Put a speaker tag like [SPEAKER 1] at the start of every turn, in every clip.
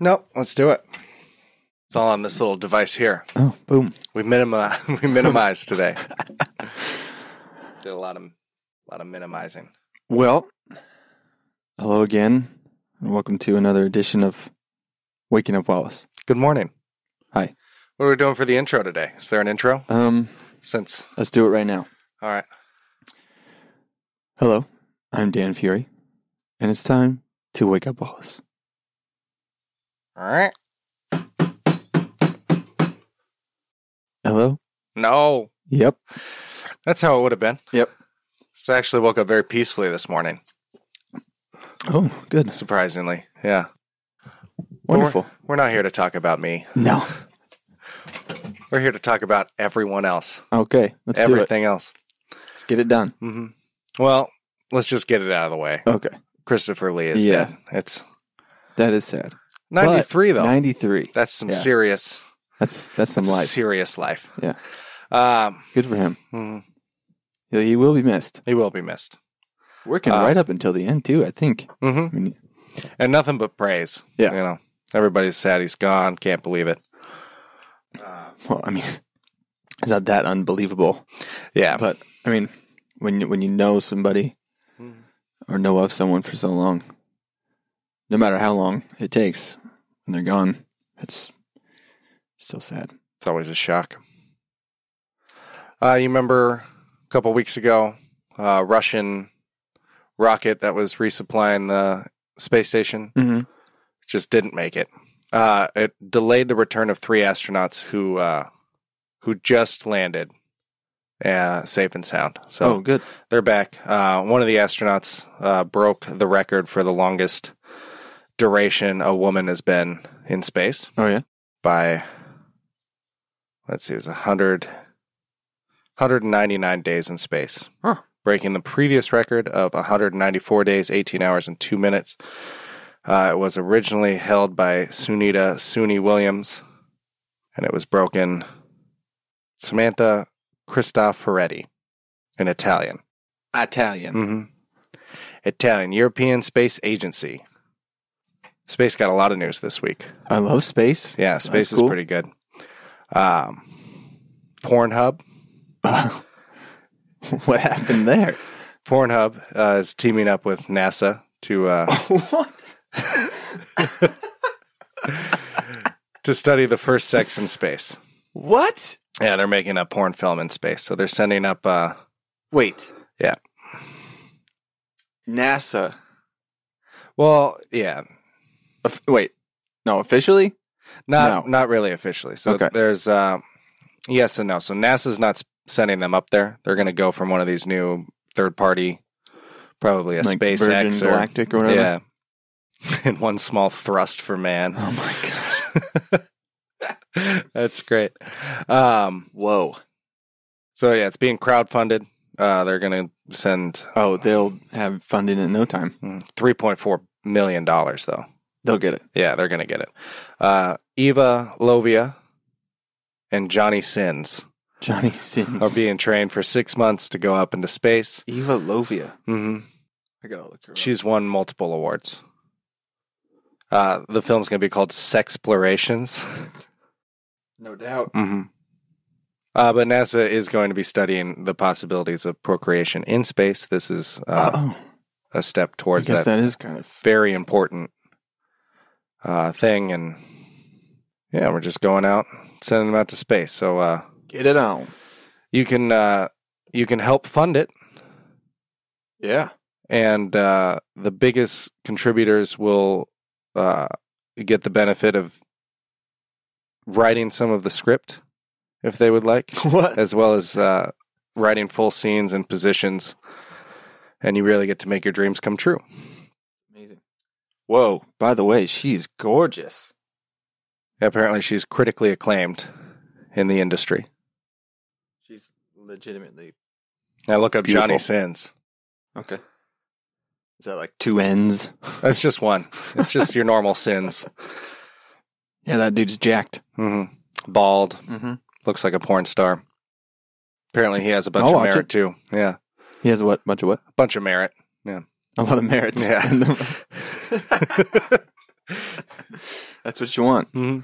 [SPEAKER 1] Uh,
[SPEAKER 2] let's do it.
[SPEAKER 1] It's all on this little device here.
[SPEAKER 2] Oh, boom.
[SPEAKER 1] We minimize. We minimize today. Did a lot of a lot of minimizing.
[SPEAKER 2] Well, hello again, and welcome to another edition of Waking Up Wallace.
[SPEAKER 1] Good morning.
[SPEAKER 2] Hi.
[SPEAKER 1] What are we doing for the intro today? Is there an intro?
[SPEAKER 2] Um,
[SPEAKER 1] Since
[SPEAKER 2] let's do it right now.
[SPEAKER 1] all right,
[SPEAKER 2] Hello, I'm Dan Fury, and it's time to wake up Wallace.
[SPEAKER 1] all right.
[SPEAKER 2] Hello.
[SPEAKER 1] No,
[SPEAKER 2] Yep.
[SPEAKER 1] that's how it would have been.
[SPEAKER 2] Yep.
[SPEAKER 1] So I actually woke up very peacefully this morning.
[SPEAKER 2] Oh, goodness.
[SPEAKER 1] Surprisingly, yeah. But we're-
[SPEAKER 2] Wonderful.
[SPEAKER 1] We're not here to talk about me.
[SPEAKER 2] No.
[SPEAKER 1] We're here to talk about everyone else.
[SPEAKER 2] Okay. Let's do it.
[SPEAKER 1] Everything else.
[SPEAKER 2] Let's get it done.
[SPEAKER 1] hmm Well, let's just get it out of the way.
[SPEAKER 2] Okay.
[SPEAKER 1] Christopher Lee is
[SPEAKER 2] Yeah.
[SPEAKER 1] dead. It's
[SPEAKER 2] That is sad. But
[SPEAKER 1] 93 though.
[SPEAKER 2] Ninety-three.
[SPEAKER 1] that's some
[SPEAKER 2] Yeah.
[SPEAKER 1] serious
[SPEAKER 2] That's that's some
[SPEAKER 1] that's a
[SPEAKER 2] life.
[SPEAKER 1] serious life.
[SPEAKER 2] Yeah.
[SPEAKER 1] Um
[SPEAKER 2] Good for him.
[SPEAKER 1] mhm.
[SPEAKER 2] He- He will be missed.
[SPEAKER 1] he will be missed.
[SPEAKER 2] Working
[SPEAKER 1] Uh,
[SPEAKER 2] right up until the end too. I think.
[SPEAKER 1] hmm
[SPEAKER 2] I mean,
[SPEAKER 1] And nothing but praise.
[SPEAKER 2] Mm-hmm. Yeah.
[SPEAKER 1] You know. Everybody's sad he's gone, can't believe it.
[SPEAKER 2] well, I mean, it's not that unbelievable.
[SPEAKER 1] Yeah.
[SPEAKER 2] But I mean, when you, when you know somebody
[SPEAKER 1] Mhm.
[SPEAKER 2] or know of someone for so long, no matter how long it takes, when they're gone, it's still sad.
[SPEAKER 1] It's always a shock. Uh, you remember a couple weeks ago, uh, Russian rocket that was resupplying the space station
[SPEAKER 2] Mm-hmm.
[SPEAKER 1] just didn't make it. Uh, it delayed the return of three astronauts who uh, who just landed uh, safe and sound. So
[SPEAKER 2] oh, good.
[SPEAKER 1] they're back. Uh, one of the astronauts uh, broke the record for the longest duration a woman has been in space
[SPEAKER 2] Oh yeah.
[SPEAKER 1] by let's see, it was 100, 199 days in space,
[SPEAKER 2] Huh.
[SPEAKER 1] breaking the previous record of 194 days, 18 hours, and two minutes. Uh, it was originally held by Sunita Suni Williams, and it was broken Samantha Cristoforetti in Italian.
[SPEAKER 2] Italian.
[SPEAKER 1] hmm Italian European Space Agency. Space got a lot of news this week.
[SPEAKER 2] I love space.
[SPEAKER 1] Yeah, space
[SPEAKER 2] cool.
[SPEAKER 1] is pretty good. Um, Pornhub.
[SPEAKER 2] what happened there?
[SPEAKER 1] Pornhub uh, is teaming up with NASA to uh,
[SPEAKER 2] what?
[SPEAKER 1] to study the first sex in space.
[SPEAKER 2] What?
[SPEAKER 1] Yeah, they're making a porn film in space, so they're sending up. Uh,
[SPEAKER 2] Wait.
[SPEAKER 1] Yeah.
[SPEAKER 2] NASA.
[SPEAKER 1] well, yeah,
[SPEAKER 2] Of- wait. No, officially.
[SPEAKER 1] not
[SPEAKER 2] No.
[SPEAKER 1] not really officially. So
[SPEAKER 2] Okay.
[SPEAKER 1] there's uh, yes and no. So NASA's not s- sending them up there. They're going to go from one of these new third party, probably a
[SPEAKER 2] like Virgin
[SPEAKER 1] SpaceX or
[SPEAKER 2] Galactic or whatever.
[SPEAKER 1] yeah, and one small thrust for man.
[SPEAKER 2] Oh my gosh.
[SPEAKER 1] That's great. Um,
[SPEAKER 2] Whoa.
[SPEAKER 1] so yeah, it's being crowdfunded. Uh, they're going to send hmm,
[SPEAKER 2] Oh, they'll have funding in no time.
[SPEAKER 1] three point four million dollars, though.
[SPEAKER 2] They'll get it.
[SPEAKER 1] Yeah, they're going to get it. Uh, Eva Lovia and Johnny Sins
[SPEAKER 2] Johnny Sins.
[SPEAKER 1] are being trained for six months to go up into space.
[SPEAKER 2] Eva Lovia.
[SPEAKER 1] hmm
[SPEAKER 2] I gotta look her up.
[SPEAKER 1] She's won multiple awards. Uh, the film's going to be called Sexplorations.
[SPEAKER 2] no doubt.
[SPEAKER 1] Mm-hmm. Uh, but NASA is going to be studying the possibilities of procreation in space. This is uh,
[SPEAKER 2] oh,
[SPEAKER 1] a step
[SPEAKER 2] I
[SPEAKER 1] towards
[SPEAKER 2] guess
[SPEAKER 1] that,
[SPEAKER 2] that is kind of
[SPEAKER 1] very important uh, thing. And yeah, we're just going out, sending them out to space. So uh,
[SPEAKER 2] get it on.
[SPEAKER 1] you can uh, you can help fund it,
[SPEAKER 2] Yeah.
[SPEAKER 1] and uh, the biggest contributors will uh, get the benefit of writing some of the script if they would like.
[SPEAKER 2] What?
[SPEAKER 1] as well as uh, writing full scenes and positions. And you really get to make your dreams come true.
[SPEAKER 2] amazing. Whoa! By the way, she's gorgeous.
[SPEAKER 1] Apparently, she's critically acclaimed in the industry.
[SPEAKER 2] She's legitimately
[SPEAKER 1] Now look up Johnny
[SPEAKER 2] Beautiful.
[SPEAKER 1] Sins.
[SPEAKER 2] okay. Is that like two ends?
[SPEAKER 1] That's just one. It's just your normal sins.
[SPEAKER 2] Yeah, that dude's jacked.
[SPEAKER 1] hmm Bald,
[SPEAKER 2] Mm-hmm.
[SPEAKER 1] looks like a porn star. Apparently, he has a bunch
[SPEAKER 2] Oh, I'll
[SPEAKER 1] of
[SPEAKER 2] watch
[SPEAKER 1] merit
[SPEAKER 2] it.
[SPEAKER 1] too. Yeah,
[SPEAKER 2] He has what? Bunch of what?
[SPEAKER 1] bunch of merit.
[SPEAKER 2] A lot of merits.
[SPEAKER 1] Yeah.
[SPEAKER 2] That's what you want.
[SPEAKER 1] Mm-hmm.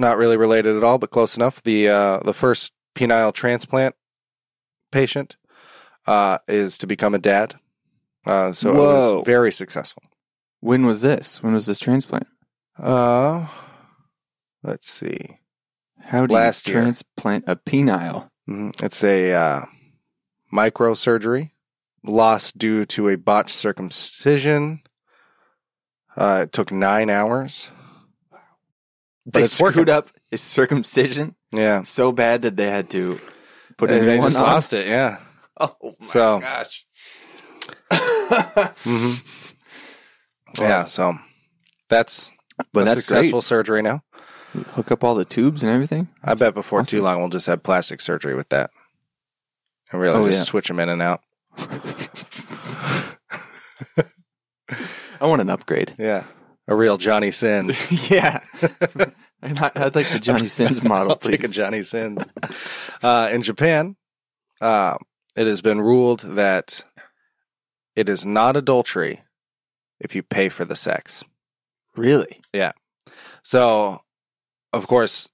[SPEAKER 1] Not really related at all, but close enough. The uh, the first penile transplant patient uh, is to become a dad, uh, so it
[SPEAKER 2] Whoa.
[SPEAKER 1] was very successful.
[SPEAKER 2] When was this? When was this transplant? Uh-huh.
[SPEAKER 1] Uh, let's see.
[SPEAKER 2] How do
[SPEAKER 1] Last
[SPEAKER 2] you
[SPEAKER 1] year.
[SPEAKER 2] transplant a penile?
[SPEAKER 1] Mhm. It's a uh, microsurgery loss due to a botched circumcision. Uh, it took nine hours. But
[SPEAKER 2] they
[SPEAKER 1] it's working.
[SPEAKER 2] screwed up his circumcision
[SPEAKER 1] Yeah,
[SPEAKER 2] so bad that they had to put
[SPEAKER 1] And
[SPEAKER 2] in
[SPEAKER 1] they
[SPEAKER 2] one
[SPEAKER 1] just
[SPEAKER 2] on.
[SPEAKER 1] lost it. Yeah.
[SPEAKER 2] Oh my
[SPEAKER 1] So-
[SPEAKER 2] gosh.
[SPEAKER 1] hmm
[SPEAKER 2] Wow.
[SPEAKER 1] Mm-hmm. Yeah. So that's
[SPEAKER 2] But
[SPEAKER 1] a
[SPEAKER 2] that's
[SPEAKER 1] successful surgery now.
[SPEAKER 2] great. Hook up all the tubes and everything.
[SPEAKER 1] I bet before
[SPEAKER 2] awesome.
[SPEAKER 1] too long we'll just have plastic surgery with that, and really
[SPEAKER 2] Oh,
[SPEAKER 1] just
[SPEAKER 2] yeah.
[SPEAKER 1] switch them in and out.
[SPEAKER 2] I want an upgrade.
[SPEAKER 1] Yeah, a real Johnny Sins.
[SPEAKER 2] yeah. And I- I'd like the Johnny Sins model,
[SPEAKER 1] I'll take a
[SPEAKER 2] please.
[SPEAKER 1] Johnny Sins. uh, in Japan, uh, it has been ruled that it is not adultery if you pay for the sex.
[SPEAKER 2] Really?
[SPEAKER 1] So, of course,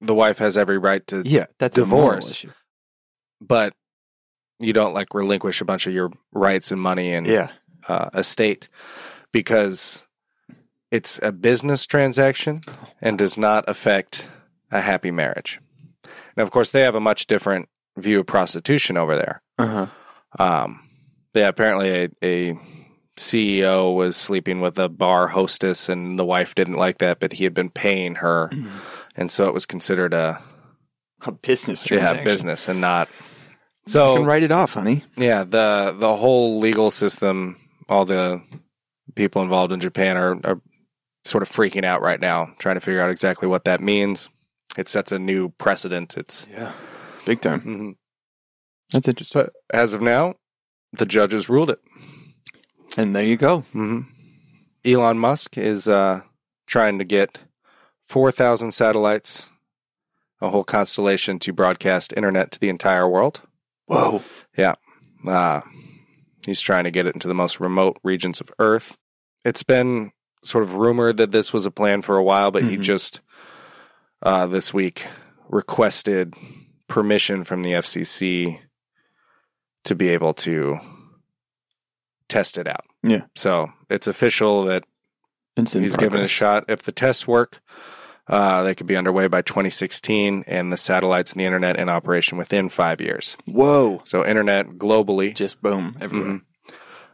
[SPEAKER 1] the wife has every right to,
[SPEAKER 2] Yeah, that's a moral
[SPEAKER 1] Divorce.
[SPEAKER 2] issue.
[SPEAKER 1] but you don't like relinquish a bunch of your rights and money and
[SPEAKER 2] Yeah.
[SPEAKER 1] uh, estate because it's a business transaction and does not affect a happy marriage. Now, of course, they have a much different view of prostitution over there.
[SPEAKER 2] Uh huh.
[SPEAKER 1] Um, yeah, apparently a, a CEO was sleeping with a bar hostess, and the wife didn't like that, but he had been paying her, and so it was considered a
[SPEAKER 2] A business transaction.
[SPEAKER 1] yeah, business and not.
[SPEAKER 2] You
[SPEAKER 1] So
[SPEAKER 2] can write it off, honey.
[SPEAKER 1] yeah, the the whole legal system, all the people involved in Japan are, are sort of freaking out right now, trying to figure out exactly what that means. It sets a new precedent. It's
[SPEAKER 2] Yeah. Big time.
[SPEAKER 1] Mhm.
[SPEAKER 2] That's interesting.
[SPEAKER 1] but as of now, the judges ruled it.
[SPEAKER 2] And there you go.
[SPEAKER 1] hmm Elon Musk is uh, trying to get 4,000 satellites, a whole constellation to broadcast internet to the entire world.
[SPEAKER 2] Whoa.
[SPEAKER 1] Uh, he's trying to get it into the most remote regions of Earth. It's been sort of rumored that this was a plan for a while, but he
[SPEAKER 2] Mhm.
[SPEAKER 1] just uh, this week requested permission from the FCC to be able to test it out.
[SPEAKER 2] Yeah.
[SPEAKER 1] So it's official that
[SPEAKER 2] It's in
[SPEAKER 1] he's given it a
[SPEAKER 2] progress.
[SPEAKER 1] shot. If the tests work, uh, they could be underway by 2016 and the satellites and the internet in operation within five years.
[SPEAKER 2] Whoa.
[SPEAKER 1] So, internet globally
[SPEAKER 2] Just boom everywhere.
[SPEAKER 1] Mhm.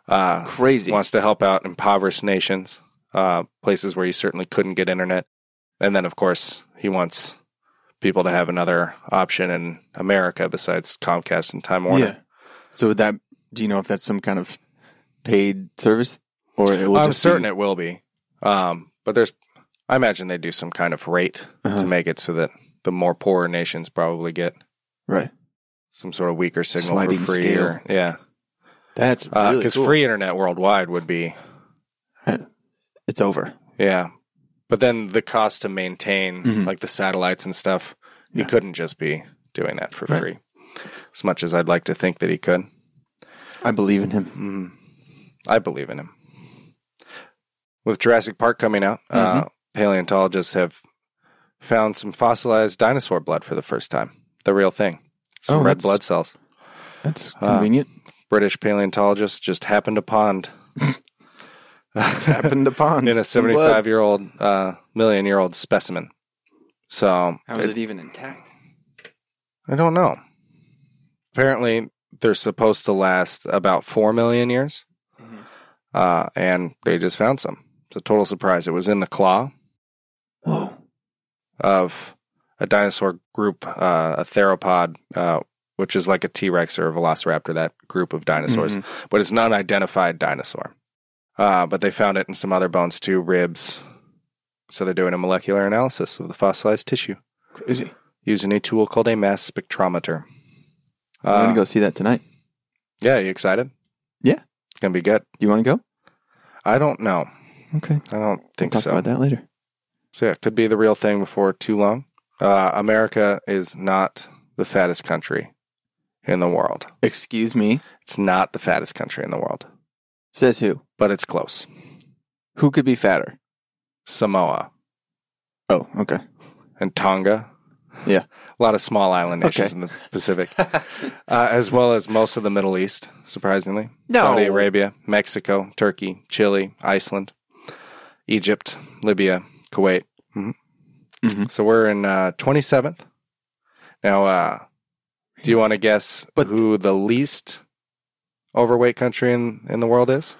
[SPEAKER 1] uh,
[SPEAKER 2] Crazy.
[SPEAKER 1] wants to help out impoverished nations, uh, places where you certainly couldn't get internet. And then, of course, he wants people to have another option in America besides Comcast and Time Warner.
[SPEAKER 2] Yeah. So would that do you know if that's some kind of paid service or it will
[SPEAKER 1] I'm
[SPEAKER 2] just
[SPEAKER 1] certain
[SPEAKER 2] be,
[SPEAKER 1] it will be. Um, but there's, I imagine they do some kind of rate
[SPEAKER 2] Uh-huh.
[SPEAKER 1] to make it so that the more poorer nations probably get
[SPEAKER 2] right?
[SPEAKER 1] some sort of weaker signal
[SPEAKER 2] Sliding
[SPEAKER 1] for free.
[SPEAKER 2] scale.
[SPEAKER 1] Or, yeah.
[SPEAKER 2] That's
[SPEAKER 1] Because
[SPEAKER 2] really cool.
[SPEAKER 1] Uh, free internet worldwide would be,
[SPEAKER 2] It's over.
[SPEAKER 1] yeah. But then the cost to maintain,
[SPEAKER 2] Mhm.
[SPEAKER 1] like the satellites and stuff, he
[SPEAKER 2] Yeah.
[SPEAKER 1] couldn't just be doing that for
[SPEAKER 2] Right.
[SPEAKER 1] free. As much as I'd like to think that he could.
[SPEAKER 2] I believe in him.
[SPEAKER 1] Mm. I believe in him. With Jurassic Park coming out,
[SPEAKER 2] Mm-hmm.
[SPEAKER 1] uh, paleontologists have found some fossilized dinosaur blood for the first time. The real thing. Some
[SPEAKER 2] Oh,
[SPEAKER 1] red
[SPEAKER 2] that's-
[SPEAKER 1] blood cells.
[SPEAKER 2] That's
[SPEAKER 1] Uh,
[SPEAKER 2] convenient.
[SPEAKER 1] British paleontologists just happened upon
[SPEAKER 2] Happened upon
[SPEAKER 1] in a 75 year old, uh, million year old specimen. So
[SPEAKER 2] How is it even intact?
[SPEAKER 1] I don't know. Apparently, they're supposed to last about 4 million years.
[SPEAKER 2] Mhm.
[SPEAKER 1] Uh, and they just found some. It's a total surprise. It was in the claw
[SPEAKER 2] Whoa.
[SPEAKER 1] of a dinosaur group, uh, a theropod, uh, which is like a T Rex or a velociraptor, that group of dinosaurs.
[SPEAKER 2] Mhm.
[SPEAKER 1] But it's an unidentified dinosaur. Uh, but they found it in some other bones too, ribs. So they're doing a molecular analysis of the fossilized tissue
[SPEAKER 2] Crazy.
[SPEAKER 1] using a tool called a mass spectrometer.
[SPEAKER 2] I'm
[SPEAKER 1] Uh,
[SPEAKER 2] gonna go see that tonight.
[SPEAKER 1] Yeah, you excited?
[SPEAKER 2] Yeah.
[SPEAKER 1] It's gonna be good.
[SPEAKER 2] Do you want to go?
[SPEAKER 1] I don't know.
[SPEAKER 2] Okay.
[SPEAKER 1] I don't think
[SPEAKER 2] We'll talk
[SPEAKER 1] so.
[SPEAKER 2] about that later.
[SPEAKER 1] So yeah, it could be the real thing before too long. Uh, America is not the fattest country in the world.
[SPEAKER 2] Excuse me.
[SPEAKER 1] It's not the fattest country in the world,
[SPEAKER 2] Says who?
[SPEAKER 1] but it's close.
[SPEAKER 2] Who could be fatter?
[SPEAKER 1] Samoa,
[SPEAKER 2] Oh, okay.
[SPEAKER 1] and Tonga.
[SPEAKER 2] Yeah.
[SPEAKER 1] A lot of small island nations
[SPEAKER 2] Okay.
[SPEAKER 1] in the Pacific, uh, as well as most of the Middle East, surprisingly.
[SPEAKER 2] No.
[SPEAKER 1] Saudi Arabia, Mexico, Turkey, Chile, Iceland, Egypt, Libya, Kuwait. Mhm.
[SPEAKER 2] Mhm.
[SPEAKER 1] So we're in uh, 27th. Now, uh, do you want to guess
[SPEAKER 2] But-
[SPEAKER 1] who the least overweight country in, in the world is?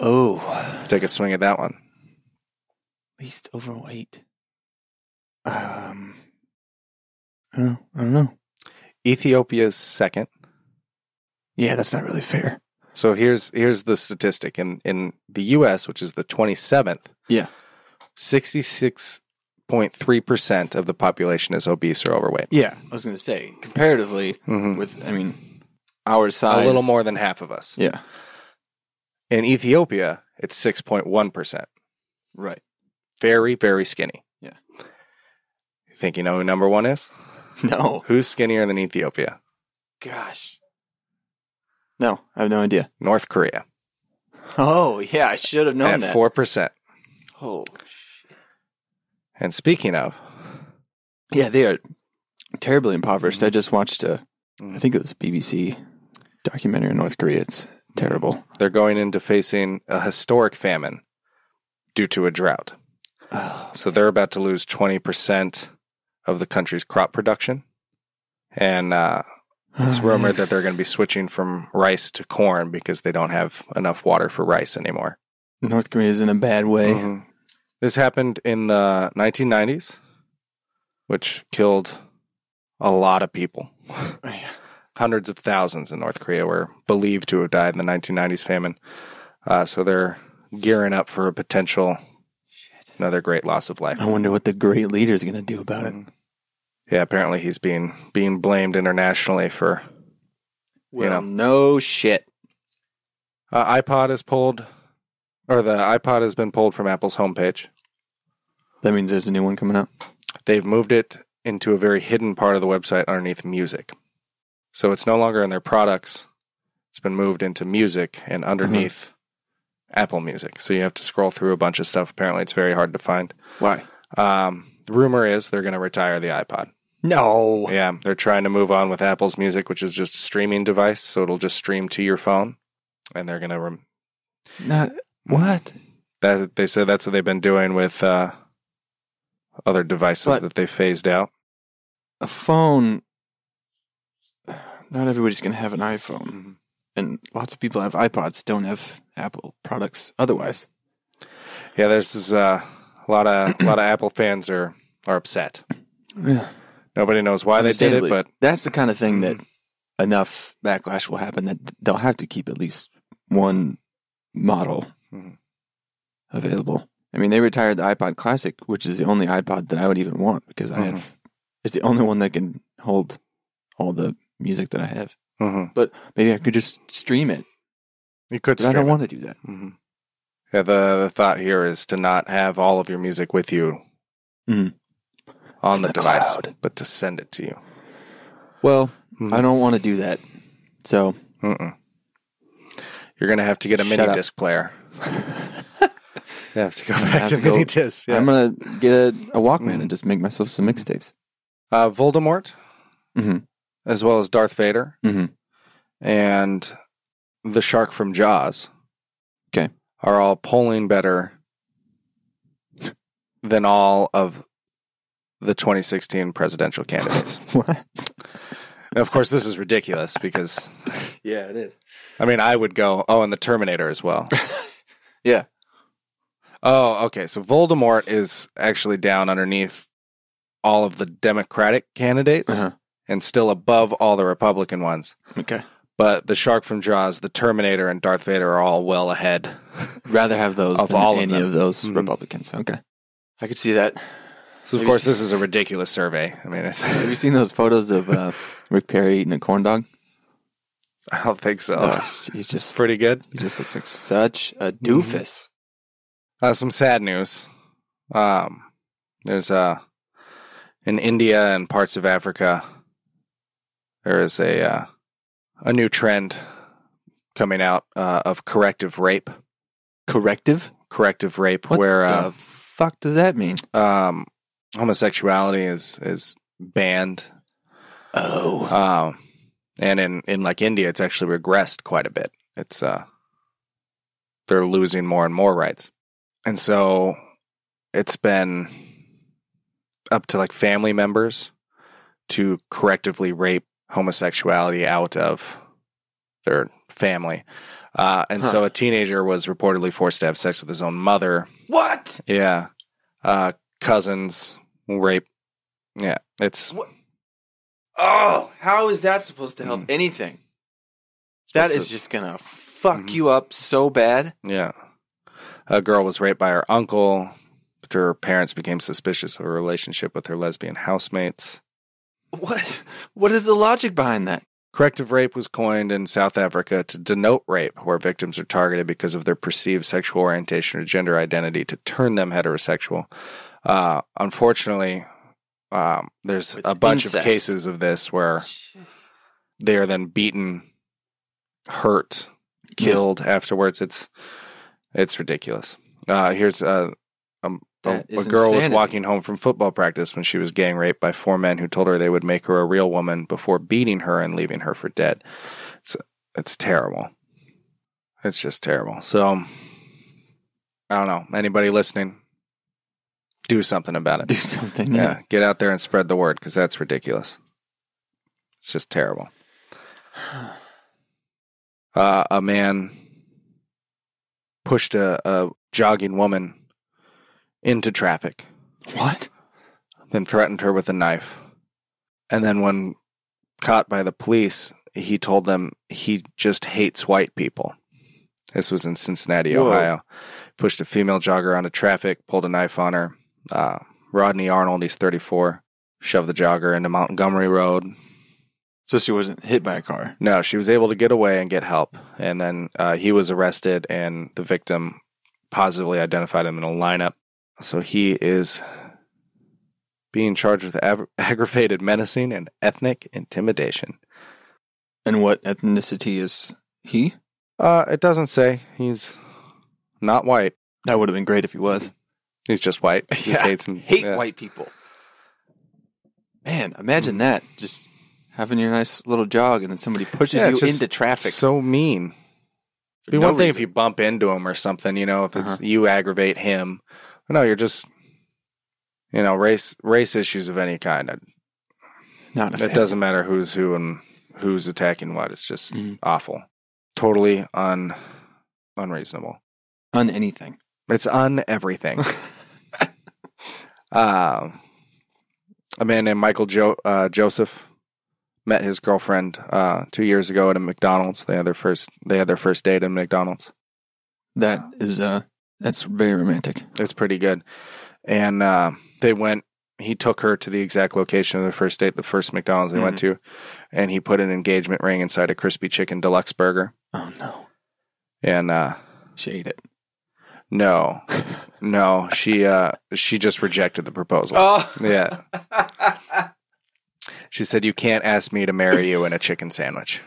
[SPEAKER 2] Oh,
[SPEAKER 1] Take a swing at that one.
[SPEAKER 2] least overweight. Um, I don't, I don't know.
[SPEAKER 1] Ethiopia's second.
[SPEAKER 2] Yeah, that's not really fair.
[SPEAKER 1] So here's here's the statistic in in the U.S., which is the 27th.
[SPEAKER 2] Yeah.
[SPEAKER 1] 66.3% of the population is obese or overweight.
[SPEAKER 2] Yeah, I was gonna say comparatively
[SPEAKER 1] Mm-hmm.
[SPEAKER 2] with, I mean, our size
[SPEAKER 1] A little more than half of us.
[SPEAKER 2] Yeah,
[SPEAKER 1] In Ethiopia, it's 6.1%.
[SPEAKER 2] right.
[SPEAKER 1] Very, very skinny.
[SPEAKER 2] Yeah.
[SPEAKER 1] You think you know who number one is?
[SPEAKER 2] No,
[SPEAKER 1] Who's skinnier than Ethiopia?
[SPEAKER 2] gosh. No, I have no idea.
[SPEAKER 1] North Korea
[SPEAKER 2] Oh yeah, I should have known
[SPEAKER 1] at
[SPEAKER 2] that.
[SPEAKER 1] 4%.
[SPEAKER 2] oh,
[SPEAKER 1] And speaking of,
[SPEAKER 2] yeah, they are terribly impoverished. I just watched a,
[SPEAKER 1] Mhm.
[SPEAKER 2] I think it was a BBC documentary in North Korea. It's terrible.
[SPEAKER 1] they're going into facing a historic famine due to a drought.
[SPEAKER 2] Oh,
[SPEAKER 1] So they're about to lose 20% of the country's crop production. And uh, it's rumored that they're going to be switching from rice to corn because they don't have enough water for rice anymore.
[SPEAKER 2] North Korea is in a bad way.
[SPEAKER 1] Mhm. This happened in the 1990s, which killed a lot of people. Hundreds of thousands in North Korea were believed to have died in the 1990s famine. Uh, so they're gearing up for a potential another great loss of life. Mm-hmm.
[SPEAKER 2] I wonder what the great leader is going to do about it.
[SPEAKER 1] Yeah, apparently he's being being blamed internationally for Well,
[SPEAKER 2] no shit.
[SPEAKER 1] uh, iPod is pulled, or the iPod has been pulled from Apple's homepage.
[SPEAKER 2] That means there's a new one coming up.
[SPEAKER 1] They've moved it into a very hidden part of the website underneath music, so it's no longer in their products. It's been moved into music and underneath Apple Music. So you have to scroll through a bunch of stuff. Apparently, it's very hard to find.
[SPEAKER 2] Why?
[SPEAKER 1] Um, the rumor is they're going to retire the iPod.
[SPEAKER 2] No.
[SPEAKER 1] Yeah, they're trying to move on with Apple's Music, which is just a streaming device, so it'll just stream to your phone. And they're gonna rem-
[SPEAKER 2] Not, what?
[SPEAKER 1] that they said that's what they've been doing with uh, other devices
[SPEAKER 2] But-
[SPEAKER 1] that they phased out.
[SPEAKER 2] A phone. Not everybody's going to have an iPhone. And lots of people have iPods, don't have Apple products otherwise.
[SPEAKER 1] Yeah, there's this, uh, a lot of a lot of Apple fans are are upset.
[SPEAKER 2] Yeah.
[SPEAKER 1] Nobody knows why they did it, but Mm-hmm.
[SPEAKER 2] that's the kind of thing that enough backlash will happen that they'll have to keep at least one model
[SPEAKER 1] Mhm.
[SPEAKER 2] available. I mean, they retired the iPod Classic, which is the only iPod that I would even want because I
[SPEAKER 1] Mhm.
[SPEAKER 2] have it's the only one that can hold all the music that I have.
[SPEAKER 1] Mhm.
[SPEAKER 2] But maybe I could just stream it.
[SPEAKER 1] you could.
[SPEAKER 2] But I don't
[SPEAKER 1] stream it.
[SPEAKER 2] want to do that.
[SPEAKER 1] Mhm. Yeah, the, the thought here is to not have all of your music with you
[SPEAKER 2] Mhm.
[SPEAKER 1] on
[SPEAKER 2] To
[SPEAKER 1] the,
[SPEAKER 2] the
[SPEAKER 1] device,
[SPEAKER 2] cloud.
[SPEAKER 1] but to send it to you.
[SPEAKER 2] Well,
[SPEAKER 1] Mhm.
[SPEAKER 2] I don't want to do that. So
[SPEAKER 1] Mm-mm. You're gonna have to get a
[SPEAKER 2] Shut
[SPEAKER 1] mini
[SPEAKER 2] up.
[SPEAKER 1] disc player. you have to go back
[SPEAKER 2] have
[SPEAKER 1] to,
[SPEAKER 2] to go-
[SPEAKER 1] mini discs. Yeah.
[SPEAKER 2] I'm gonna get a, a Walkman
[SPEAKER 1] Mhm.
[SPEAKER 2] and just make myself some mixtapes.
[SPEAKER 1] uh, Voldemort,
[SPEAKER 2] Mhm.
[SPEAKER 1] as well as Darth Vader
[SPEAKER 2] Mhm.
[SPEAKER 1] and the shark from Jaws.
[SPEAKER 2] Okay.
[SPEAKER 1] are all polling better than all of the 2016 presidential candidates.
[SPEAKER 2] What?
[SPEAKER 1] now, of course, this is ridiculous because
[SPEAKER 2] Yeah, it is.
[SPEAKER 1] I mean I would go. Oh, and the Terminator as well.
[SPEAKER 2] Yeah.
[SPEAKER 1] Oh, okay. So Voldemort is actually down underneath all of the Democratic candidates
[SPEAKER 2] Uh-huh.
[SPEAKER 1] and still above all the Republican ones.
[SPEAKER 2] Okay.
[SPEAKER 1] But the shark from Jaws, the Terminator, and Darth Vader are all well ahead.
[SPEAKER 2] Rather have those
[SPEAKER 1] Of
[SPEAKER 2] than
[SPEAKER 1] all of
[SPEAKER 2] any
[SPEAKER 1] them.
[SPEAKER 2] of those
[SPEAKER 1] Mhm.
[SPEAKER 2] Republicans. Okay. I could see that.
[SPEAKER 1] So, of
[SPEAKER 2] Have you
[SPEAKER 1] course,
[SPEAKER 2] seen-
[SPEAKER 1] this is a ridiculous survey. I mean, it's,
[SPEAKER 2] Have you seen those photos of uh, Rick Perry eating a corn dog?
[SPEAKER 1] I don't think so.
[SPEAKER 2] Oh, he's
[SPEAKER 1] It's
[SPEAKER 2] just
[SPEAKER 1] pretty good.
[SPEAKER 2] he just looks like such a doofus.
[SPEAKER 1] Uh, some sad news. Um, there's uh, in India and parts of Africa, there is a uh, a new trend coming out uh, of corrective rape.
[SPEAKER 2] Mm-hmm. Corrective?
[SPEAKER 1] corrective rape,
[SPEAKER 2] What
[SPEAKER 1] where
[SPEAKER 2] the
[SPEAKER 1] uh,
[SPEAKER 2] fuck does that mean?
[SPEAKER 1] um, homosexuality is is banned.
[SPEAKER 2] Oh,
[SPEAKER 1] Um, and in in like India, it's actually regressed quite a bit. It's uh, they're losing more and more rights, and so it's been up to like family members to correctively rape homosexuality out of their family. Uh, and so
[SPEAKER 2] Huh.
[SPEAKER 1] a teenager was reportedly forced to have sex with his own mother
[SPEAKER 2] what?
[SPEAKER 1] yeah. Uh cousins rape. Yeah. It's
[SPEAKER 2] Oh, how is that supposed to help anything? That
[SPEAKER 1] supposed
[SPEAKER 2] is
[SPEAKER 1] to-
[SPEAKER 2] just gonna fuck
[SPEAKER 1] Mhm.
[SPEAKER 2] you up so bad.
[SPEAKER 1] yeah. A girl was raped by her uncle after her parents became suspicious of her relationship with her lesbian housemates.
[SPEAKER 2] What? What is the logic behind that?
[SPEAKER 1] Corrective rape was coined in South Africa to denote rape, where victims are targeted because of their perceived sexual orientation or gender identity to turn them heterosexual. Uh, unfortunately, um, there's
[SPEAKER 2] With
[SPEAKER 1] a bunch of
[SPEAKER 2] incest.
[SPEAKER 1] cases of this where they are then beaten, hurt, killed afterwards. It's it's ridiculous. Uh, here's uh, um, a,
[SPEAKER 2] That is
[SPEAKER 1] a girl was
[SPEAKER 2] insanity.
[SPEAKER 1] walking home from football practice when she was gang raped by four men who told her they would make her a real woman before beating her and leaving her for dead. It's it's terrible. It's just terrible. So I don't know. Anybody listening, do something about it.
[SPEAKER 2] Do something.
[SPEAKER 1] Yeah,
[SPEAKER 2] Yeah.
[SPEAKER 1] get out there and spread the word because that's ridiculous. It's just terrible. Uh, a man pushed a, a jogging woman into traffic,
[SPEAKER 2] What?
[SPEAKER 1] then threatened her with a knife. And then, when caught by the police, he told them he just hates white people. This was in Cincinnati,
[SPEAKER 2] Whoa.
[SPEAKER 1] Ohio. Pushed a female jogger onto traffic, pulled a knife on her. Uh, Rodney Arnold, he's 34, shoved the jogger into Montgomery Road.
[SPEAKER 2] So she wasn't hit by a car.
[SPEAKER 1] No, she was able to get away and get help. And then uh, he was arrested, and the victim positively identified him in a lineup. So he is being charged with aggra- aggravated menacing and ethnic intimidation.
[SPEAKER 2] And what ethnicity is he?
[SPEAKER 1] Uh, it doesn't say he's not white.
[SPEAKER 2] That would have been great if he was.
[SPEAKER 1] He's just white. He just
[SPEAKER 2] Yeah,
[SPEAKER 1] hates him.
[SPEAKER 2] Hate
[SPEAKER 1] Yeah.
[SPEAKER 2] white people. Man, imagine that. Just having your nice little jog and then somebody pushes
[SPEAKER 1] Yeah,
[SPEAKER 2] you
[SPEAKER 1] it's just
[SPEAKER 2] into traffic.
[SPEAKER 1] So mean.
[SPEAKER 2] for
[SPEAKER 1] It'd be
[SPEAKER 2] no
[SPEAKER 1] one thing if
[SPEAKER 2] reason.
[SPEAKER 1] you bump into him or something, you know, if it's
[SPEAKER 2] Uh-huh.
[SPEAKER 1] you aggravate him. No, you're just, you know, race race issues of any kind.
[SPEAKER 2] Not a
[SPEAKER 1] It
[SPEAKER 2] fan.
[SPEAKER 1] doesn't matter who's who and who's attacking what. It's just
[SPEAKER 2] Mhm.
[SPEAKER 1] awful. Totally un unreasonable.
[SPEAKER 2] on anything.
[SPEAKER 1] It's un everything. um, a man named Michael jo- uh, Joseph met his girlfriend uh, two years ago at a McDonald's. They had their first they had their first date at McDonald's.
[SPEAKER 2] That is uh that's very romantic.
[SPEAKER 1] It's pretty good. And uh, they went. He took her to the exact location of their first date, the first McDonald's they went to, and he put an engagement ring inside a crispy chicken deluxe burger.
[SPEAKER 2] Oh no.
[SPEAKER 1] And uh,
[SPEAKER 2] She ate it.
[SPEAKER 1] No, no, she uh, she just rejected the proposal.
[SPEAKER 2] Oh
[SPEAKER 1] Yeah, she said you can't ask me to marry you in a chicken sandwich.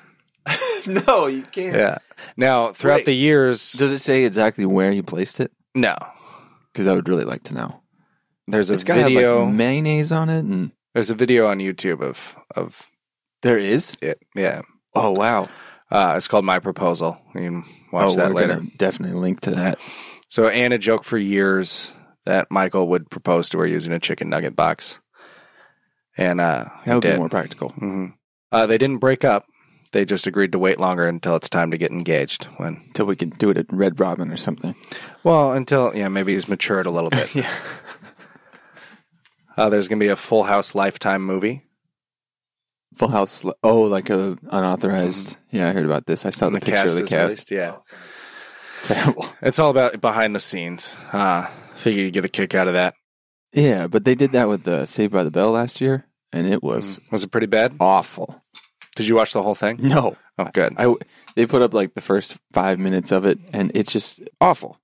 [SPEAKER 2] no, you can't.
[SPEAKER 1] Yeah. Now, throughout
[SPEAKER 2] Wait.
[SPEAKER 1] the years,
[SPEAKER 2] Does it say exactly where he placed it?
[SPEAKER 1] no,
[SPEAKER 2] Because I would really like to know.
[SPEAKER 1] there's a
[SPEAKER 2] It's got to have
[SPEAKER 1] video.
[SPEAKER 2] like mayonnaise on it, and
[SPEAKER 1] there's a video on YouTube of of
[SPEAKER 2] there is.
[SPEAKER 1] it. Yeah,
[SPEAKER 2] Oh wow!
[SPEAKER 1] uh, it's called My Proposal. You can watch
[SPEAKER 2] oh,
[SPEAKER 1] that
[SPEAKER 2] we're
[SPEAKER 1] later.
[SPEAKER 2] gonna definitely link to that.
[SPEAKER 1] So Anna joked for years that Michael would propose to her using a chicken nugget box, and uh, he
[SPEAKER 2] That would
[SPEAKER 1] did.
[SPEAKER 2] be more practical.
[SPEAKER 1] hmm Uh, they didn't break up. They just agreed to wait longer until it's time to get engaged. When?
[SPEAKER 2] Until we can do it at Red Robin or something.
[SPEAKER 1] Well, until yeah, maybe he's matured a little bit.
[SPEAKER 2] yeah.
[SPEAKER 1] Uh, there's gonna be a Full House Lifetime movie.
[SPEAKER 2] Full House. li- Oh, like a unauthorized. Yeah, I heard about this. I saw Mm-hmm. Oh, the, picture of the
[SPEAKER 1] is
[SPEAKER 2] cast.
[SPEAKER 1] released, Yeah,
[SPEAKER 2] Terrible.
[SPEAKER 1] it's all about behind the scenes. Uh, figure you get a kick out of that.
[SPEAKER 2] Yeah, but they did that with the Saved by the Bell last year, and it was
[SPEAKER 1] Was it pretty bad?
[SPEAKER 2] Mm-hmm. awful.
[SPEAKER 1] Did you watch the whole thing?
[SPEAKER 2] No,
[SPEAKER 1] Oh, good.
[SPEAKER 2] I w- they put up like the first five minutes of it, and it's just awful,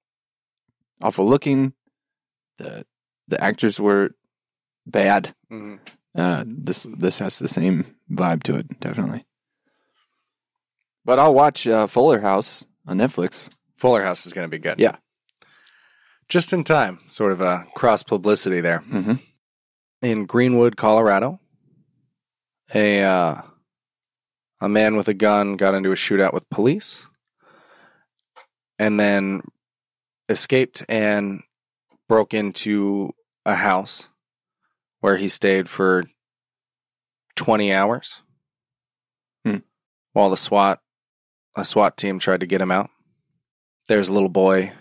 [SPEAKER 2] awful looking. the The actors were bad.
[SPEAKER 1] Mhm.
[SPEAKER 2] Uh, this this has the same vibe to it, definitely. But I'll watch uh, Fuller House on Netflix.
[SPEAKER 1] Fuller House is gonna be good.
[SPEAKER 2] Yeah.
[SPEAKER 1] just in time, sort of a cross publicity there.
[SPEAKER 2] Mm-hmm.
[SPEAKER 1] in Greenwood, Colorado. A uh, a man with a gun got into a shootout with police, and then escaped and broke into a house where he stayed for twenty hours.
[SPEAKER 2] Hmm.
[SPEAKER 1] While the SWAT a SWAT team tried to get him out. There's a little boy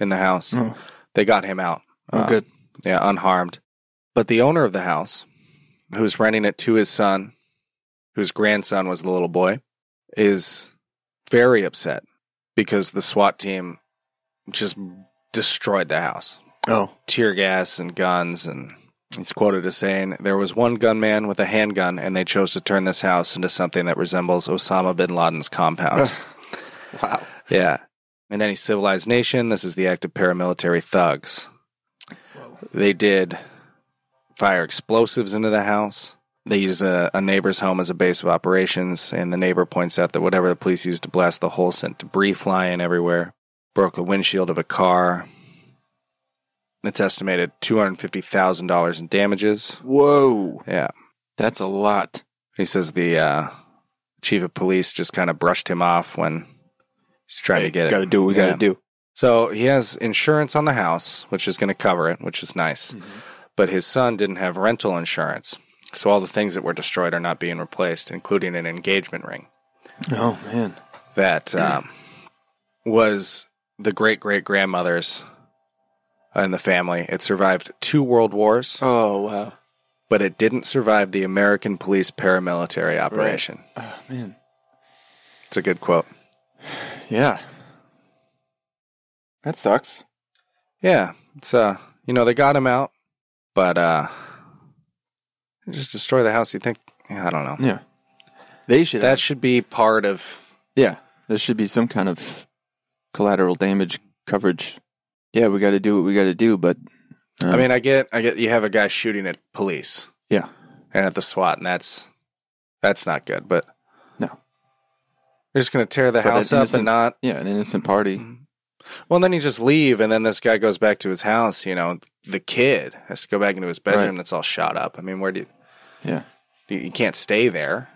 [SPEAKER 1] in the house.
[SPEAKER 2] Oh.
[SPEAKER 1] They got him out.
[SPEAKER 2] Oh,
[SPEAKER 1] Uh,
[SPEAKER 2] good.
[SPEAKER 1] yeah, unharmed. But the owner of the house, who's renting it to his son, whose grandson was the little boy, is very upset because the SWAT team just destroyed the house.
[SPEAKER 2] Oh,
[SPEAKER 1] Tear gas and guns and he's quoted as saying there was one gunman with a handgun and they chose to turn this house into something that resembles Osama bin Laden's compound.
[SPEAKER 2] wow.
[SPEAKER 1] Yeah. In any civilized nation, this is the act of paramilitary thugs. They did fire explosives into the house. They used a, a neighbor's home as a base of operations, and the neighbor points out that whatever the police used to blast the hole sent debris flying everywhere, broke the windshield of a car. It's estimated $250,000 in damages.
[SPEAKER 2] Whoa.
[SPEAKER 1] Yeah.
[SPEAKER 2] That's a lot.
[SPEAKER 1] He says the uh, chief of police just kind of brushed him off when he's trying to get it.
[SPEAKER 2] Got to do what we got
[SPEAKER 1] Yeah.
[SPEAKER 2] to do.
[SPEAKER 1] So he has insurance on the house, which is going to cover it, which is nice.
[SPEAKER 2] Hmm. Mm-hmm.
[SPEAKER 1] But his son didn't have rental insurance. So all the things that were destroyed are not being replaced, including an engagement ring
[SPEAKER 2] Oh man.
[SPEAKER 1] that um, was the great great grandmother's in the family. It survived two world wars,
[SPEAKER 2] Oh wow.
[SPEAKER 1] but it didn't survive the American police paramilitary operation.
[SPEAKER 2] Oh man.
[SPEAKER 1] It's a good quote.
[SPEAKER 2] Yeah. That sucks.
[SPEAKER 1] Yeah, it's uh, you know, they got him out, but uh, just destroy the house. You think? yeah, I don't know.
[SPEAKER 2] Yeah. They should.
[SPEAKER 1] That should be part of.
[SPEAKER 2] yeah. There should be some kind of collateral damage coverage. Yeah, we got to do what we got to do, but uh,
[SPEAKER 1] I mean, I get, I get. You have a guy shooting at police
[SPEAKER 2] yeah,
[SPEAKER 1] and at the SWAT, and that's that's not good. But
[SPEAKER 2] No.
[SPEAKER 1] they're just gonna tear the
[SPEAKER 2] But
[SPEAKER 1] house
[SPEAKER 2] an
[SPEAKER 1] up
[SPEAKER 2] innocent-
[SPEAKER 1] and not. Mm-hmm.
[SPEAKER 2] yeah, an innocent party.
[SPEAKER 1] Well, and then you just leave, and then this guy goes back to his house. You know, the kid has to go back into his bedroom
[SPEAKER 2] Right.
[SPEAKER 1] that's all shot up. I mean, where do you?
[SPEAKER 2] Yeah.
[SPEAKER 1] you, you can't stay there.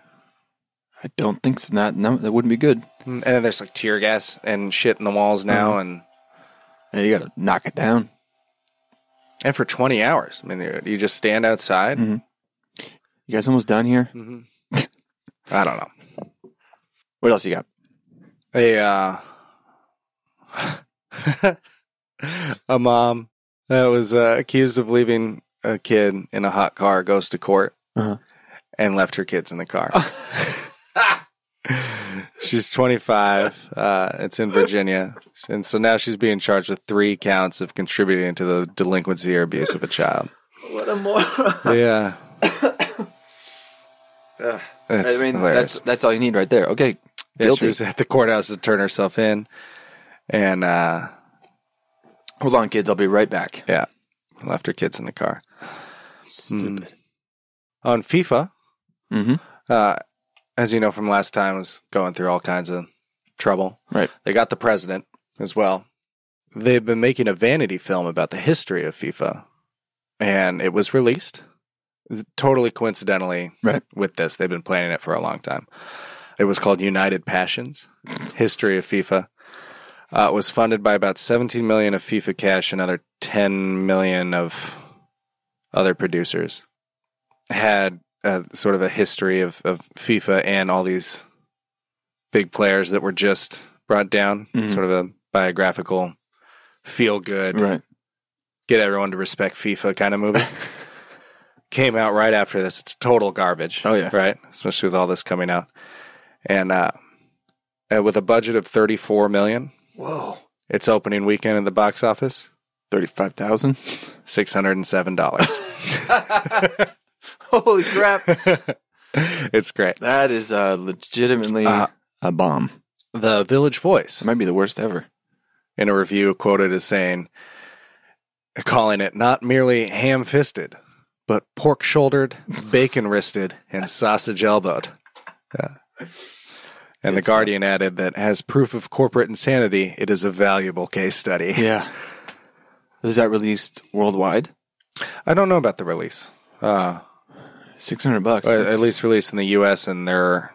[SPEAKER 2] I don't think so. Not no, that wouldn't be good.
[SPEAKER 1] And then there's like tear gas and shit in the walls now,
[SPEAKER 2] Uh-huh.
[SPEAKER 1] and
[SPEAKER 2] Yeah, you got to knock it down.
[SPEAKER 1] And for 20 hours. I mean, you- you just stand outside.
[SPEAKER 2] Mm. You guys almost done here.
[SPEAKER 1] Mm-hmm. I don't know.
[SPEAKER 2] What else you got?
[SPEAKER 1] A, uh, a mom that was uh, accused of leaving a kid in a hot car goes to court
[SPEAKER 2] Uh-huh.
[SPEAKER 1] and left her kids in the car. she's 25. Uh, it's in Virginia. And so now she's being charged with three counts of contributing to the delinquency or abuse of a child.
[SPEAKER 2] What a moron.
[SPEAKER 1] Yeah.
[SPEAKER 2] I mean, that's that's all you need right there. Okay,
[SPEAKER 1] Yeah, she
[SPEAKER 2] guilty.
[SPEAKER 1] was at the courthouse to turn herself in, and uh,
[SPEAKER 2] Hold on, kids. I'll be right back.
[SPEAKER 1] yeah, left her kids in the car.
[SPEAKER 2] Stupid.
[SPEAKER 1] On FIFA,
[SPEAKER 2] Mm-hmm.
[SPEAKER 1] uh, as you know from last time, was going through all kinds of trouble.
[SPEAKER 2] Right.
[SPEAKER 1] They got the president as well. They've been making a vanity film about the history of FIFA, and it was released totally coincidentally
[SPEAKER 2] Right.
[SPEAKER 1] with this. They've been planning it for a long time. It was called United Passions: History of FIFA. Uh, it was funded by about 17 million of FIFA cash, another 10 million of other producers. Had uh, sort of a history of, of FIFA and all these big players that were just brought down,
[SPEAKER 2] Mhm.
[SPEAKER 1] sort of a biographical, feel good,
[SPEAKER 2] Mm-hmm. Right.
[SPEAKER 1] get everyone to respect FIFA kind of movie. Came out right after this. It's total garbage.
[SPEAKER 2] Oh, yeah.
[SPEAKER 1] Right? Especially with all this coming out. And uh, uh, with a budget of 34 million,
[SPEAKER 2] Whoa.
[SPEAKER 1] its opening weekend at the box office,
[SPEAKER 2] Thirty-five thousand.
[SPEAKER 1] $607.
[SPEAKER 2] Holy crap!
[SPEAKER 1] it's great.
[SPEAKER 2] That is uh, legitimately
[SPEAKER 1] Uh,
[SPEAKER 2] a bomb.
[SPEAKER 1] The Village Voice
[SPEAKER 2] It might be the worst ever.
[SPEAKER 1] in a review quoted as saying, calling it not merely ham fisted, but pork shouldered, bacon wristed, and sausage elbowed. Yeah. And The Guardian added that as proof of corporate insanity, it is a valuable case study.
[SPEAKER 2] Yeah. Is that released worldwide?
[SPEAKER 1] I don't know about the release. Uh,
[SPEAKER 2] Six hundred bucks.
[SPEAKER 1] or at
[SPEAKER 2] that's-
[SPEAKER 1] least released in the U.S. and they're.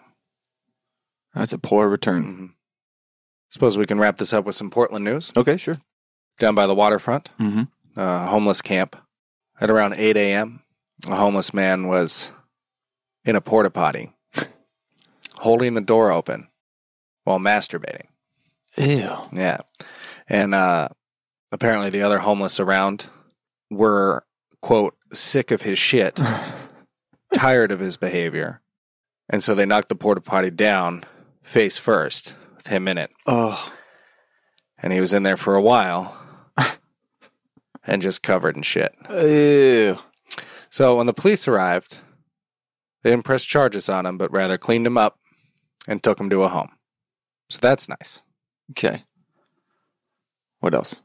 [SPEAKER 2] that's a poor return.
[SPEAKER 1] Suppose we can wrap this up with some Portland news.
[SPEAKER 2] Mm. Okay, sure.
[SPEAKER 1] Down by the waterfront,
[SPEAKER 2] Mm-hmm.
[SPEAKER 1] uh, homeless camp. At around 8 a.m., a homeless man was in a porta potty, holding the door open while masturbating.
[SPEAKER 2] Ew.
[SPEAKER 1] Yeah. And uh, apparently the other homeless around were, quote, sick of his shit, tired of his behavior. And so they knocked the porta potty down face first with him in it.
[SPEAKER 2] Oh,
[SPEAKER 1] And he was in there for a while and just covered in shit.
[SPEAKER 2] ew.
[SPEAKER 1] So when the police arrived, they didn't press charges on him, but rather cleaned him up and took him to a home. So that's nice.
[SPEAKER 2] Okay. What else?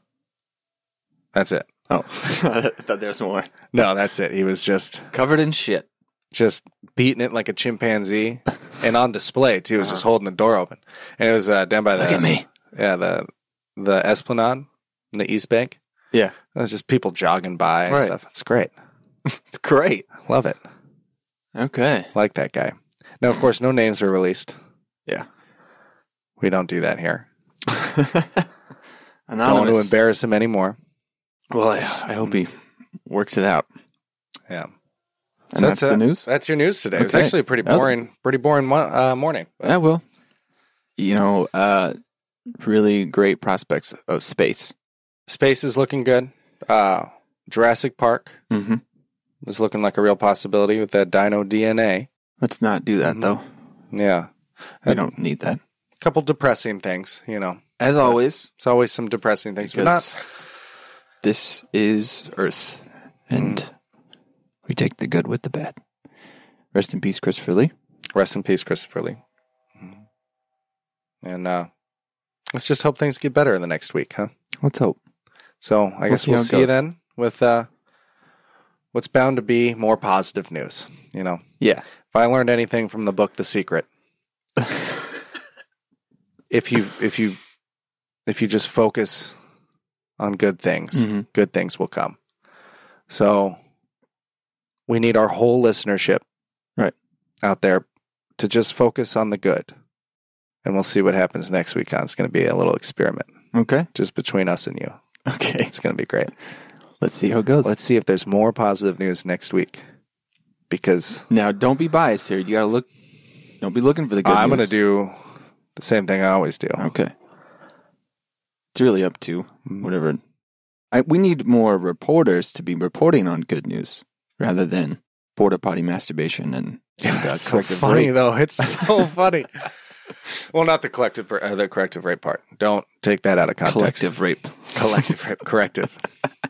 [SPEAKER 1] That's it.
[SPEAKER 2] Oh, I thought there was more.
[SPEAKER 1] No, that's it. He was just
[SPEAKER 2] Covered in shit.
[SPEAKER 1] just beating it like a chimpanzee and on display too. He was just holding the door open. And it was uh, down by the
[SPEAKER 2] Uh-huh. Look at me.
[SPEAKER 1] yeah, the the Esplanade in the East Bank.
[SPEAKER 2] Yeah.
[SPEAKER 1] It was just people jogging by and
[SPEAKER 2] Right.
[SPEAKER 1] stuff. It's great.
[SPEAKER 2] It's great.
[SPEAKER 1] I love it.
[SPEAKER 2] Okay.
[SPEAKER 1] Like that guy. Now, of course, no names were released.
[SPEAKER 2] Yeah.
[SPEAKER 1] We don't do that here. Don't want to
[SPEAKER 2] Anonymous.
[SPEAKER 1] embarrass him anymore.
[SPEAKER 2] well, I, I hope he works it out.
[SPEAKER 1] Yeah.
[SPEAKER 2] And that's, the
[SPEAKER 1] it.
[SPEAKER 2] news.
[SPEAKER 1] That's your news today. It's
[SPEAKER 2] Okay.
[SPEAKER 1] actually a pretty
[SPEAKER 2] That was-
[SPEAKER 1] boring, pretty boring mo- uh, morning.
[SPEAKER 2] Yeah, well, you know, uh, really great prospects of space.
[SPEAKER 1] Space is looking good. Uh, Jurassic Park
[SPEAKER 2] Mm-hmm.
[SPEAKER 1] is looking like a real possibility with that dino DNA.
[SPEAKER 2] Let's not do that, though.
[SPEAKER 1] Yeah.
[SPEAKER 2] We don't need Mm-hmm. that.
[SPEAKER 1] A couple depressing things, you know.
[SPEAKER 2] As always,
[SPEAKER 1] It's always some depressing things, but not
[SPEAKER 2] because this is Earth, and we take the good with the bad. Rest in peace, Christopher Lee.
[SPEAKER 1] rest in peace, Christopher Lee. Mm-hmm. And uh, let's just hope things get better in the next week, huh?
[SPEAKER 2] Let's hope.
[SPEAKER 1] So I guess
[SPEAKER 2] see
[SPEAKER 1] we'll
[SPEAKER 2] how it
[SPEAKER 1] see you
[SPEAKER 2] goes.
[SPEAKER 1] then with uh, what's bound to be more positive news. You know,
[SPEAKER 2] Yeah.
[SPEAKER 1] if I learned anything from the book The Secret, if you if you if you just focus on good things,
[SPEAKER 2] Mhm.
[SPEAKER 1] good things will come. So we need our whole listenership
[SPEAKER 2] Right.
[SPEAKER 1] out there to just focus on the good. And we'll see what happens next week on. It's going to be a little experiment
[SPEAKER 2] Okay.
[SPEAKER 1] just between us and you.
[SPEAKER 2] Okay.
[SPEAKER 1] It's going to be great.
[SPEAKER 2] Let's see how it goes.
[SPEAKER 1] Let's see if there's more positive news next week because
[SPEAKER 2] Now, don't be biased here. You got to look. Don't be looking for the good.
[SPEAKER 1] I'm going to
[SPEAKER 2] news.
[SPEAKER 1] do the same thing I always do.
[SPEAKER 2] Okay. It's really up to
[SPEAKER 1] Mm-hmm.
[SPEAKER 2] whatever. I, we need more reporters to be reporting on good news rather than border potty masturbation and. and, uh,
[SPEAKER 1] That's so
[SPEAKER 2] corrective
[SPEAKER 1] funny
[SPEAKER 2] rape.
[SPEAKER 1] though. It's so funny. Well, not the collective, uh, the corrective rape part. Don't take that out of context.
[SPEAKER 2] Collective rape.
[SPEAKER 1] collective rape, corrective.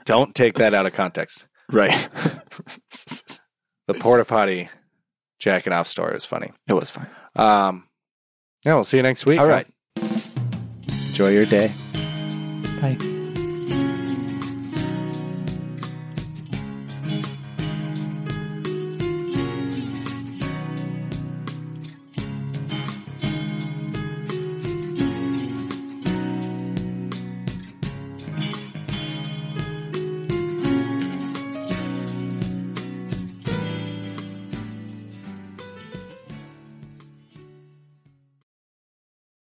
[SPEAKER 1] Don't take that out of context.
[SPEAKER 2] Right.
[SPEAKER 1] The porta potty jacking off story was funny.
[SPEAKER 2] it was fine.
[SPEAKER 1] Um, yeah, we'll see you next week.
[SPEAKER 2] All right.
[SPEAKER 1] Enjoy your day.
[SPEAKER 2] Bye.